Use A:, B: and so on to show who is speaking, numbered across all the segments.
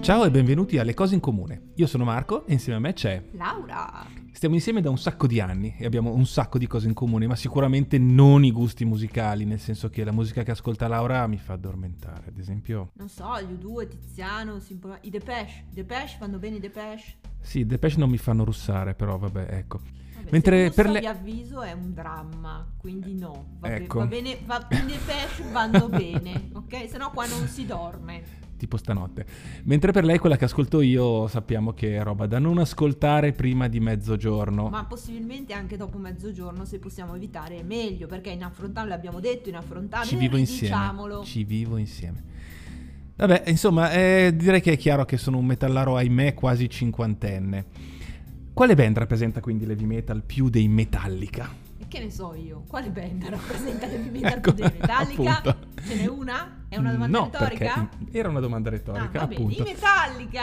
A: Ciao e benvenuti alle Cose in Comune. Io sono Marco e insieme a me c'è.
B: Laura!
A: Stiamo insieme da un sacco di anni e abbiamo un sacco di cose in comune, ma sicuramente non i gusti musicali, nel senso che la musica che ascolta Laura mi fa addormentare. Ad esempio,
B: Non so, gli U2, Tiziano, Simple- i Depeche. I Depeche vanno bene i Depeche.
A: sì, Depeche non mi fanno russare, però vabbè, ecco.
B: Vabbè,
A: Mentre
B: se
A: per
B: per
A: le-
B: vi avviso è un dramma, quindi no. Va, be-
A: Ecco.
B: va bene, va- i Depeche vanno bene, ok? Sennò qua non si dorme.
A: Tipo stanotte. Mentre per lei quella che ascolto io sappiamo che è roba da non ascoltare prima di mezzogiorno.
B: Ma possibilmente anche dopo mezzogiorno, se possiamo evitare, è meglio, perché è inaffrontabile, l'abbiamo detto, inaffrontabile.
A: Ci vivo insieme.
B: Ah, Diciamolo.
A: Ci vivo insieme. Vabbè, insomma, eh, direi che è chiaro che sono un metallaro, ahimè, quasi cinquantenne. Quale band rappresenta quindi l'heavy metal più dei Metallica?
B: E Che ne so io, quale band rappresenta il movimento
A: Ecco,
B: dei Metallica?
A: appunto.
B: Ce n'è una? È una domanda
A: no,
B: retorica?
A: Perché era una domanda retorica,
B: ah, va bene,
A: appunto.
B: i Metallica!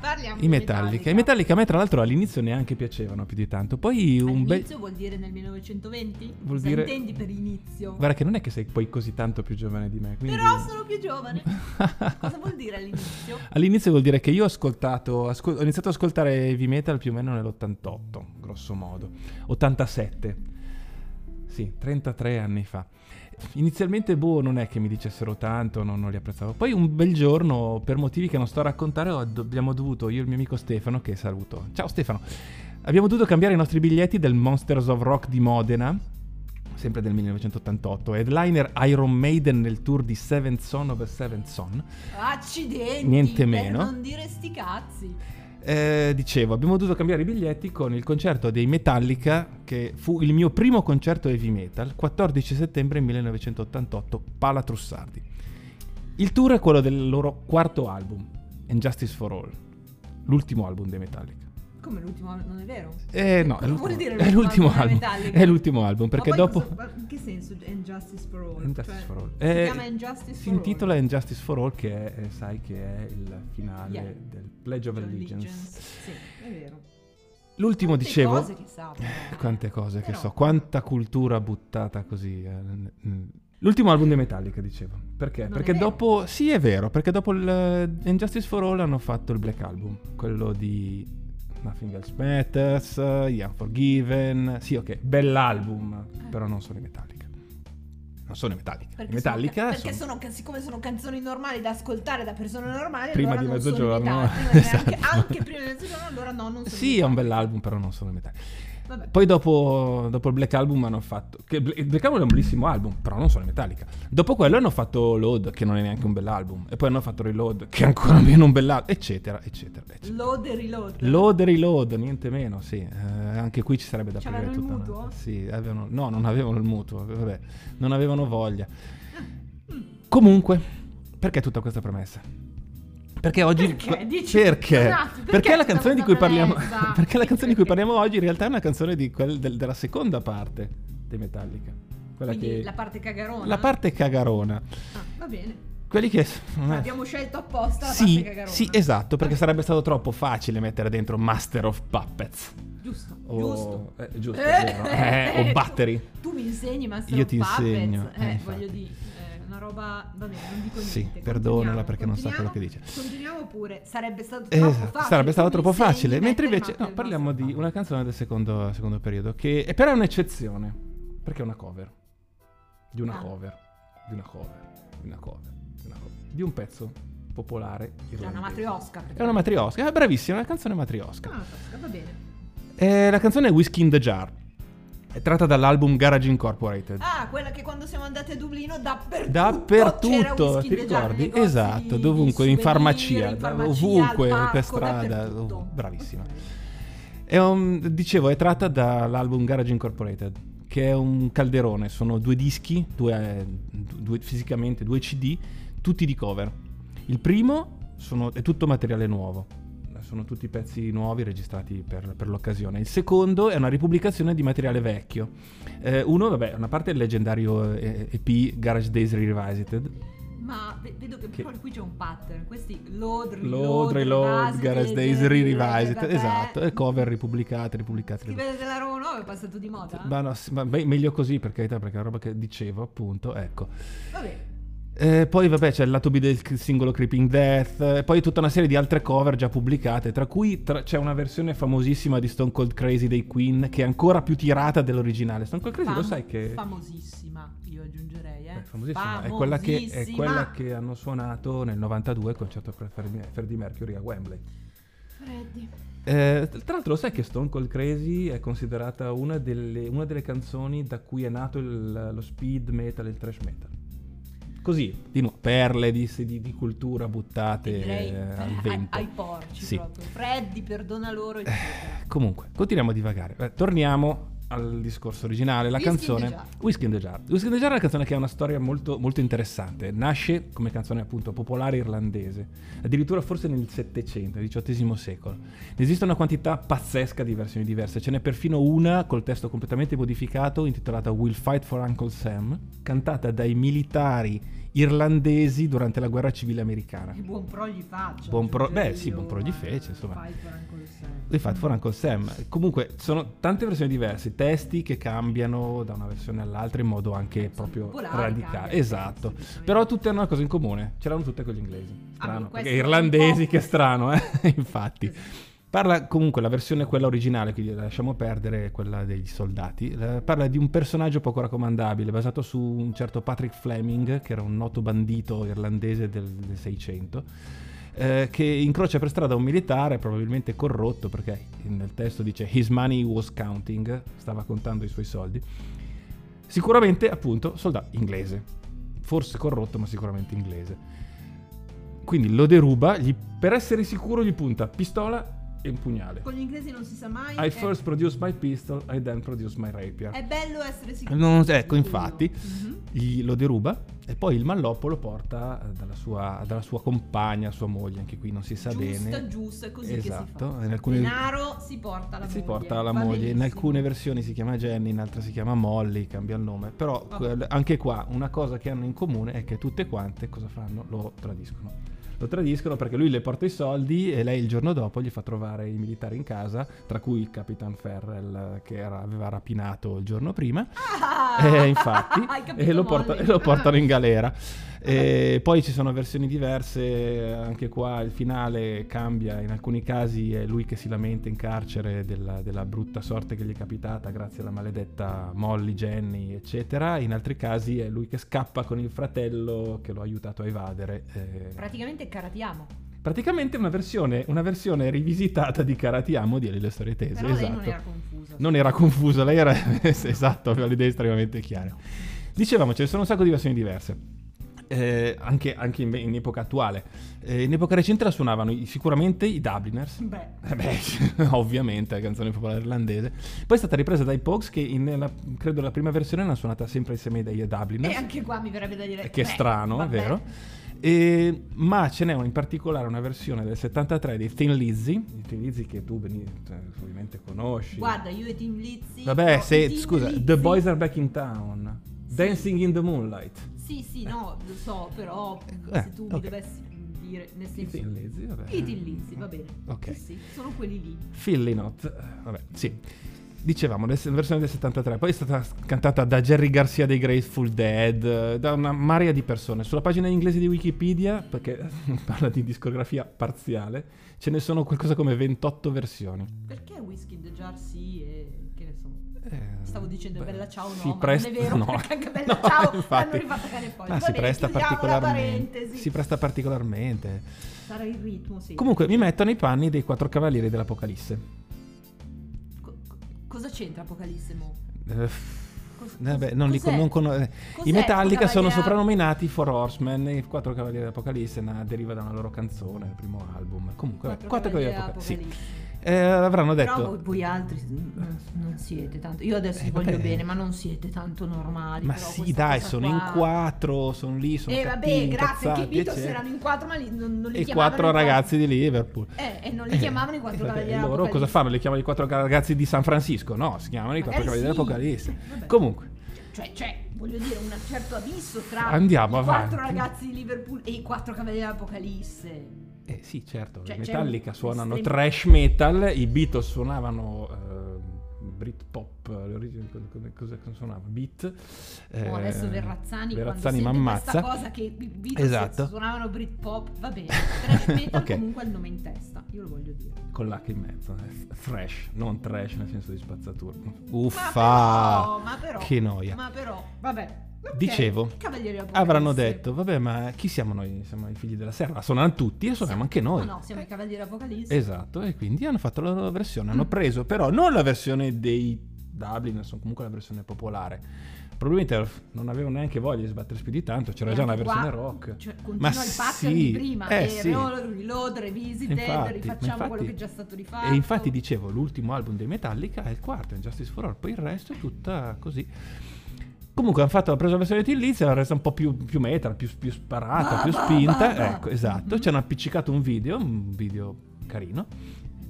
B: Parliamo
A: I Metallica. I Metallica a me tra l'altro all'inizio neanche piacevano più di tanto, poi un bel...
B: All'inizio vuol dire nel 1920?
A: Vuol
B: Cosa
A: dire-
B: intendi per inizio?
A: Guarda che non è che sei poi così tanto più giovane di me, quindi...
B: Però sono più giovane. Cosa vuol dire all'inizio?
A: All'inizio vuol dire che io ho ascoltato, ascol- ho iniziato ad ascoltare heavy metal più o meno nell'88, grosso modo, 87, sì, 33 anni fa. Inizialmente, boh, non è che mi dicessero tanto, non, non li apprezzavo. Poi un bel giorno, per motivi che non sto a raccontare, ho- abbiamo dovuto, io e il mio amico Stefano, che saluto, ciao Stefano, abbiamo dovuto cambiare i nostri biglietti del Monsters of Rock di Modena, sempre del 1988, headliner Iron Maiden nel tour di Seventh Son of a Seventh Son.
B: Accidenti!
A: Niente
B: per
A: meno.
B: non dire sti cazzi.
A: Eh, dicevo, abbiamo dovuto cambiare i biglietti con il concerto dei Metallica, che fu il mio primo concerto heavy metal, 14 settembre 1988, Pala Trussardi. Il tour è quello del loro quarto album, And Justice for All, l'ultimo album dei Metallica.
B: Come l'ultimo, non è vero?
A: Eh no, è
B: Cosa vuol
A: l'ultimo,
B: dire
A: è l'ultimo
B: dei
A: album.
B: Metallica?
A: È l'ultimo album, perché
B: Ma poi
A: dopo...
B: cosa- ma in che senso Injustice for All?
A: Injustice
B: Cioè,
A: for All.
B: Si
A: Eh,
B: chiama Injustice
A: Si
B: for All.
A: intitola And Justice for All, che è, eh, sai che è il finale
B: Yeah.
A: del Pledge of Allegiance.
B: Cioè, Sì, è vero.
A: L'ultimo
B: Quante
A: dicevo...
B: cose che sa, però, eh.
A: Quante cose che
B: Però-
A: so, quanta cultura buttata così. eh, n- n- L'ultimo album dei Metallica, dicevo. Perché?
B: Non è
A: perché
B: vero.
A: dopo... Sì, è vero, perché dopo il eh, Injustice for All hanno fatto il Black Album, quello di Nothing Else Matters, eh, The Unforgiven. Sì, ok, bell'album, però non sono i Metallica. Non sono i Metallica.
B: Eh. Perché
A: I Metallica
B: sono,
A: sono-
B: perché sono ca- siccome sono canzoni normali da ascoltare da persone normali
A: Prima
B: allora
A: di
B: non sono
A: mezzogiorno.
B: vietati, non è neanche-
A: Esatto.
B: anche prima di mezzogiorno allora no non sono
A: Sì, è un bell'album, però non sono i Metallica.
B: vietati. Vabbè.
A: Poi dopo, dopo il Black Album hanno fatto... Che Bla- il Black Album è un bellissimo album, però non sono i Metallica. Dopo quello hanno fatto Load, che non è neanche un bell'album. E poi hanno fatto Reload, che è ancora meno un bell'album. Eccetera, eccetera, eccetera.
B: load e reload
A: Load e Reload, niente meno, sì. Eh, anche qui ci sarebbe da
B: C'avevano
A: aprire
B: il
A: tutta
B: mutuo?
A: una... Sì, avevano... No, non avevano il mutuo, vabbè. Non avevano voglia. Comunque, perché tutta questa premessa? Perché oggi
B: Perché? Dici-
A: perché?
B: Esatto, perché
A: Perché la
B: tutta
A: canzone di
B: questa
A: cui parliamo
B: premessa?
A: Perché la
B: Sì,
A: canzone di cui
B: perché?
A: parliamo oggi in realtà è una canzone di quel- del- della seconda parte dei Metallica. Quella
B: quindi
A: che
B: la parte cagarona
A: la parte cagarona.
B: Ah, va bene
A: Quelli che
B: abbiamo scelto apposta la
A: Eh. Sì,
B: parte cagarona
A: sì, esatto, perché sarebbe stato troppo facile mettere dentro Master of Puppets.
B: giusto
A: O,
B: giusto
A: eh, giusto, è vero. Eh, o Battery.
B: tu, tu mi insegni ma
A: Io ti insegno, eh,
B: eh,
A: infatti.
B: voglio dire eh, una roba va bene non dico
A: Sì,
B: niente
A: perdonala
B: continuiamo,
A: perché non sa quello
B: continuiamo.
A: che dice.
B: continuiamo pure sarebbe stato troppo
A: Esatto,
B: facile
A: sarebbe stato
B: tu mi
A: troppo
B: insegni,
A: facile. Mentre
B: mettere
A: invece,
B: Matteo
A: no, parliamo
B: Mazzappa.
A: di una canzone del secondo, secondo periodo, che è però è un'eccezione, perché è una cover. Di una
B: Ah.
A: cover, di una cover, di una cover, di una cover, di un pezzo popolare.
B: È una Ah.
A: irlandese.
B: matriosca.
A: È una matriosca, è bravissima, è una canzone matriosca.
B: matriosca, va bene.
A: Eh, la canzone è Whiskey in the Jar. È tratta dall'album Garage Incorporated.
B: Ah, quella che quando siamo andati a Dublino dappertutto c'era
A: Dappertutto, ti
B: whisky in the jar, nei
A: ricordi?
B: negozi
A: Esatto,
B: di
A: dovunque, in
B: souvenir,
A: farmacia,
B: in
A: da-
B: farmacia,
A: ovunque,
B: al
A: per
B: parco,
A: strada,
B: dappertutto.
A: ov- bravissima. È un- dicevo, è tratta dall'album Garage Incorporated, che è un calderone, sono due dischi, due, eh, due- fisicamente due CD, tutti di cover. Il primo sono- è tutto materiale nuovo, sono tutti pezzi nuovi registrati per, per l'occasione. Il secondo è una ripubblicazione di materiale vecchio. Eh, uno, vabbè, una parte è il leggendario eh, EP Garage Days Revisited,
B: Ma ve- vedo che,
A: Che-
B: proprio qui c'è un pattern. Questi load,
A: Load,
B: reload,
A: Reload,
B: eh,
A: Garage Days Re-Revised,
B: vabbè.
A: esatto, e cover ripubblicate, ripubblicate. ripubblicate.
B: Scrivere eh, della Roma 9 è passato di moda?
A: Ma no, sì, ma beh, meglio così per carità, perché è una roba che dicevo appunto, ecco.
B: Vabbè.
A: Eh, poi vabbè c'è il lato B del singolo Creeping Death, eh, poi tutta una serie di altre cover già pubblicate, tra cui tra- c'è una versione famosissima di Stone Cold Crazy dei Queen che è ancora più tirata dell'originale. Stone Cold Crazy
B: Fam-
A: lo sai che
B: Famosissima, io aggiungerei, eh.
A: è famosissima, è quella, che, è
B: Famosissima.
A: quella che hanno suonato nel 92 il concerto per Fer- Freddie Mercury a Wembley.
B: Freddy.
A: Eh, tra l'altro lo sai che Stone Cold Crazy è considerata una delle, una delle canzoni da cui è nato il- lo speed metal e il thrash metal. Così, di nuovo, perle di, di- di cultura buttate
B: Direi
A: eh,
B: eh,
A: al
B: ai-
A: vento.
B: ai porci
A: Sì.
B: proprio. Freddy, perdona loro, eccetera.
A: Comunque, continuiamo a divagare. Beh, torniamo al discorso originale, la
B: Whisky in
A: canzone
B: the Jar.
A: Whiskey in the Jar. Whiskey in the Jar è una canzone che ha una storia molto, molto interessante. Nasce come canzone appunto popolare irlandese, addirittura forse nel Settecento, nel XVIII secolo. Ne esiste una quantità pazzesca di versioni diverse, ce n'è perfino una col testo completamente modificato intitolata We'll Fight for Uncle Sam, cantata dai militari irlandesi durante la guerra civile americana.
B: Che buon pro gli faccia.
A: Buon pro-
B: aggiungerei
A: beh, sì,
B: io,
A: buon pro gli
B: eh.
A: fece, insomma.
B: Fai per ancora il sempre.
A: Di fatto, for Uncle Sam. Comunque, sono tante versioni diverse, testi che cambiano da una versione all'altra in modo anche
B: Sono
A: proprio
B: popolari,
A: radicale.
B: cambia,
A: Esatto.
B: semplicemente.
A: Però tutte hanno una cosa in comune, ce l'hanno tutte con gli inglesi. Strano,
B: beh, Ah, questo
A: perché
B: è un
A: irlandesi,
B: po'.
A: che strano, eh? Infatti.
B: Esatto.
A: Parla comunque la versione quella originale, quindi lasciamo perdere quella degli soldati. eh, parla di un personaggio poco raccomandabile, basato su un certo Patrick Fleming, che era un noto bandito irlandese del, del 600, eh, che incrocia per strada un militare, probabilmente corrotto, perché nel testo dice His money was counting, stava contando i suoi soldi. Sicuramente, appunto, soldato inglese. Forse corrotto, ma sicuramente inglese. Quindi lo deruba, gli- per essere sicuro gli punta pistola e un pugnale.
B: Con gli inglesi non si sa mai.
A: I
B: è-
A: first produce my pistol, I then produce my rapier.
B: È bello essere sicuri.
A: Non- ecco,
B: Sicuro.
A: infatti.
B: Mhm.
A: Gli- lo deruba e poi il malloppo lo porta eh, dalla sua, dalla sua compagna, sua moglie, anche qui non si sa
B: Giusto,
A: bene.
B: giusto, è così
A: esatto.
B: che
A: in
B: si fa.
A: alcune-
B: Denaro si porta alla
A: si
B: moglie.
A: porta alla
B: va
A: moglie. In
B: benissimo.
A: alcune versioni si chiama Jenny, in altre si chiama Molly, cambia il nome. Però quel- anche qua una cosa che hanno in comune è che tutte quante cosa fanno? Lo tradiscono. Lo tradiscono perché lui le porta i soldi e lei il giorno dopo gli fa trovare i militari in casa, tra cui il Capitan Ferrell eh, che era- aveva rapinato il giorno prima.
B: Ah!
A: Eh, infatti,
B: Hai capito,
A: e lo, porta-
B: Molly?
A: e lo portano
B: Ah.
A: in galera. E poi ci sono versioni diverse, anche qua il finale cambia, in alcuni casi è lui che si lamenta in carcere della, della brutta sorte che gli è capitata grazie alla maledetta Molly, Jenny, eccetera, in altri casi è lui che scappa con il fratello che lo ha aiutato a evadere. eh.
B: Praticamente caratiamo.
A: Praticamente una versione, una versione rivisitata di Karatiamo di Le Storie Tese.
B: Però
A: esatto
B: lei non era confusa.
A: non era confusa, lei era esatto, aveva le idee estremamente chiare. Dicevamo, ce ne sono un sacco di versioni diverse. eh, anche anche in, in epoca attuale. Eh, in epoca recente la suonavano i- sicuramente i Dubliners.
B: Beh,
A: Eh Beh, ovviamente, la canzone popolare irlandese. Poi è stata ripresa dai Pogues che in, la- credo la prima versione l'hanno suonata sempre insieme ai
B: e
A: Dubliners.
B: anche qua mi verrebbe da dire...
A: Che è
B: beh,
A: strano,
B: vabbè.
A: vero? E- ma ce n'è una- in particolare una versione del 73 dei Thin Lizzy, i Thin Lizzy che tu bene- cioè, ovviamente conosci.
B: Guarda, io e Team Lizzy...
A: Vabbè,
B: no,
A: se,
B: Team
A: scusa,
B: Lizzy-
A: The Boys Are Back in Town,
B: Sì.
A: Dancing in the Moonlight.
B: Sì, sì, no, lo so, però
A: Eh,
B: se tu
A: ok.
B: mi dovessi dire... Nel
A: I
B: senso...
A: Thin Lizzy, vabbè.
B: I Team Lizzy, va bene.
A: Ok.
B: Sì, sì, sono quelli lì.
A: Philly Not, eh, vabbè, sì. Dicevamo, la versione del 73, poi è stata cantata da Jerry Garcia dei Grateful Dead, eh, da una marea di persone. Sulla pagina inglese di Wikipedia, perché parla di discografia parziale, ce ne sono qualcosa come 28 versioni.
B: Perché Whiskey in the Jar sì e... che ne so...
A: Eh,
B: Stavo dicendo
A: beh,
B: bella ciao no,
A: si
B: ma
A: presta-
B: non è vero
A: no.
B: perché anche bella
A: No,
B: ciao
A: infatti.
B: l'hanno rifatta cane e
A: Ma
B: poi. Va
A: Ah, si
B: bene,
A: presta
B: chiudiamo la
A: particolarmente.
B: parentesi.
A: Si presta particolarmente.
B: Sarà il ritmo, sì.
A: Comunque mi metto nei panni dei quattro cavalieri dell'Apocalisse.
B: Co- co- cosa c'entra Apocalisse mo?
A: Eh,
B: Cos-
A: Vabbè,
B: cos-
A: Eh, non li
B: cos'è?
A: con- non cono- eh,
B: Cos'è
A: I Metallica sono
B: Cavaliera-
A: soprannominati Four Horsemen, i quattro cavalieri dell'Apocalisse na- deriva da una loro canzone, il primo album. Comunque, vabbè, quattro
B: Quattro Cavalieri
A: cavalieri dell'Apocalisse. Sì.
B: Apocalisse.
A: Eh, avranno
B: Però voi,
A: detto
B: voi altri non, non siete tanto. Io adesso vi
A: Eh,
B: voglio
A: vabbè.
B: bene, ma non siete tanto normali.
A: "Ma
B: però
A: sì,
B: questa
A: dai,
B: cosa
A: sono
B: qua-
A: in quattro, sono lì, sono
B: Eh vabbè,
A: cattivi,
B: grazie, anche i
A: incazzati,
B: Beatles
A: eccetera."
B: erano in quattro, ma li- non, non li
A: E quattro
B: chiamavano i quattro-
A: ragazzi di Liverpool.
B: Eh, e non li chiamavano i
A: Eh,
B: quattro
A: vabbè,
B: cavalieri
A: loro
B: dell'Apocalisse.
A: cosa fanno? Li chiamano i quattro ragazzi di San Francisco? No, si chiamano i quattro
B: Magari
A: cavalieri
B: Eh, sì.
A: dell'Apocalisse.
B: Eh, vabbè.
A: Comunque,
B: Cioè, cioè, voglio dire, un certo abisso tra
A: Andiamo
B: i quattro
A: avanti.
B: ragazzi di Liverpool e i quattro cavalieri dell'Apocalisse.
A: Eh sì, certo,
B: Cioè,
A: i
B: c'è
A: Metallica
B: un
A: suonano
B: estremo-
A: thrash metal, i Beatles suonavano eh, Britpop, le origini, co- co- cosa cosa suonava? Beat.
B: Oh,
A: eh,
B: adesso
A: Verrazzani
B: Verrazzani, quando sente questa
A: m'ammazza.
B: cosa che i Beatles
A: Esatto.
B: suonavano Britpop, va bene, trash metal
A: Ok.
B: comunque ha il nome in testa, io lo voglio dire.
A: Con l'H in mezzo, eh. thrash, non trash nel senso di spazzatura.
B: Ma
A: Uffa!
B: però, ma però,
A: Che noia.
B: ma però, vabbè. ok,
A: Dicevo,
B: Cavalieri Apocalisse.
A: Avranno detto, vabbè, ma chi siamo noi? Siamo i figli della serra, suonano tutti e suoniamo anche noi.
B: No, no, siamo i Cavalieri Apocalisse.
A: Esatto, e quindi hanno fatto la loro versione. Hanno
B: Mm.
A: preso però non la versione dei Dublin, sono comunque la versione popolare. Probabilmente non avevano neanche voglia di sbattersi più di tanto, c'era
B: E
A: già una
B: anche
A: versione
B: qua,
A: rock.
B: Cioè, continua il pattern di
A: sì,
B: prima,
A: eh
B: eh,
A: sì.
B: reload, reload, revisited,
A: Infatti,
B: rifacciamo
A: ma
B: quello
A: infatti-
B: che è già stato rifatto.
A: E infatti dicevo, l'ultimo album dei Metallica è il quarto, è Justice for All, poi il resto è tutta così. Comunque hanno fatto, hanno preso la versione di Liz, l'hanno resa un po' più, più metal, più, più sparata,
B: Ba,
A: più
B: ba,
A: spinta.
B: ba, ba.
A: Ecco, esatto.
B: Mhm.
A: Ci hanno appiccicato un video, un video carino,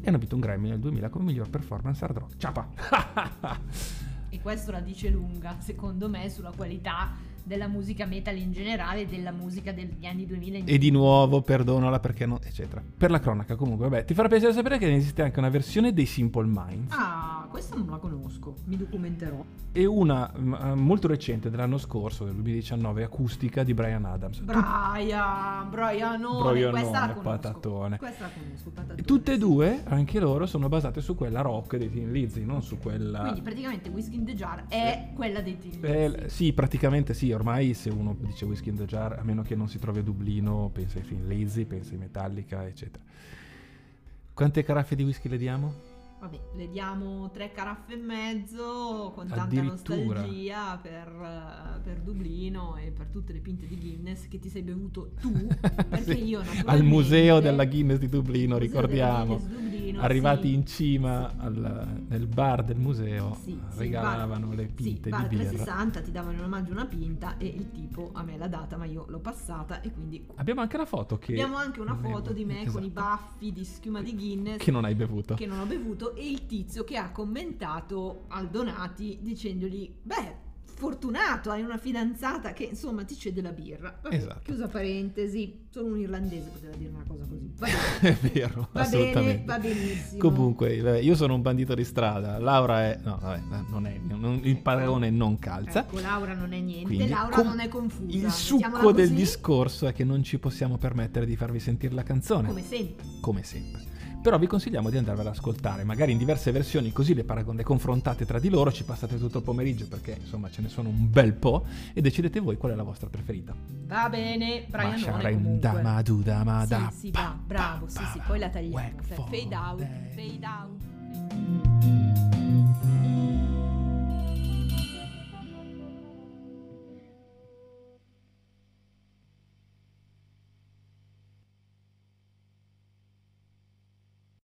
A: e hanno vinto un Grammy nel 2000 come miglior performance hard rock. Ciapa!
B: E questo la dice lunga, secondo me, sulla qualità della musica metal in generale e della musica degli anni 2000 in
A: e di nuovo perdonala perché non... eccetera. Per la cronaca comunque, vabbè, ti farà piacere sapere che ne esiste anche una versione dei Simple Minds.
B: Ah, questa non la conosco, mi documenterò.
A: e una m- molto recente dell'anno scorso, del 2019, acustica di Brian Adams.
B: Brian, Brianone,
A: Brianone,
B: questa la conosco.
A: patatone.
B: Questa la conosco, patatone.
A: Tutte e
B: sì.
A: due, anche loro, sono basate su quella rock dei Teen Lizzy, non su quella...
B: Quindi praticamente Whiskey in the Jar è quella dei Teen
A: Eh, l-
B: Lizzy.
A: sì, praticamente sì, ormai se uno dice Whiskey in the Jar, a meno che non si trovi a Dublino, pensa ai Teen Lizzy, pensa ai Metallica, eccetera. Quante caraffe di whisky le diamo?
B: Vabbè, le diamo tre caraffe e mezzo con tanta
A: Addirittura.
B: nostalgia per, eh, per Dublino e per tutte le pinte di Guinness che ti sei bevuto tu, perché
A: Sì,
B: io naturalmente...
A: Al museo della Guinness di Dublino,
B: Museo della
A: ricordiamo.
B: Guinness Dublino,
A: Arrivati
B: sì.
A: in cima al- nel bar del museo,
B: Sì, sì,
A: regalavano
B: bar-
A: le pinte
B: sì, bar
A: di birra.
B: 360 ti davano in omaggio una pinta e il tipo a me l'ha data ma io l'ho passata e quindi
A: Abbiamo anche la foto che...
B: abbiamo anche una
A: non è-
B: foto di me con
A: esatto,
B: i baffi di schiuma di Guinness
A: Che non hai bevuto.
B: che non ho bevuto e il tizio che ha commentato al Donati dicendogli beh fortunato hai una fidanzata che insomma ti cede la birra Vabbè,
A: Esatto.
B: chiusa parentesi solo un irlandese poteva dire una cosa così va
A: È
B: bene,
A: vero,
B: Va
A: assolutamente.
B: bene, va benissimo
A: Comunque, vabbè, io sono un bandito di strada. Laura è. No, vabbè, eh, non è. non- il paragone non calza.
B: Ecco, Laura non è niente,
A: Quindi,
B: Laura
A: com-
B: non è confusa.
A: Il
B: mettiamola
A: succo del
B: così,
A: discorso è che non ci possiamo permettere di farvi sentire la canzone,
B: Come sempre.
A: come sempre. Però vi consigliamo di andarvela ad ascoltare, magari in diverse versioni, così le, paragon- le confrontate tra di loro, ci passate tutto il pomeriggio perché insomma ce ne sono un bel po' e decidete voi qual è la vostra preferita.
B: Va bene, Brian
A: Basharem,
B: None comunque.
A: Damadu, Damada,
B: Sì, sì, va,
A: pa,
B: bravo,
A: pa,
B: sì, sì,
A: pa,
B: poi la tagliamo.
A: Whack
B: cioè, Fade
A: for
B: out,
A: them.
B: fade out.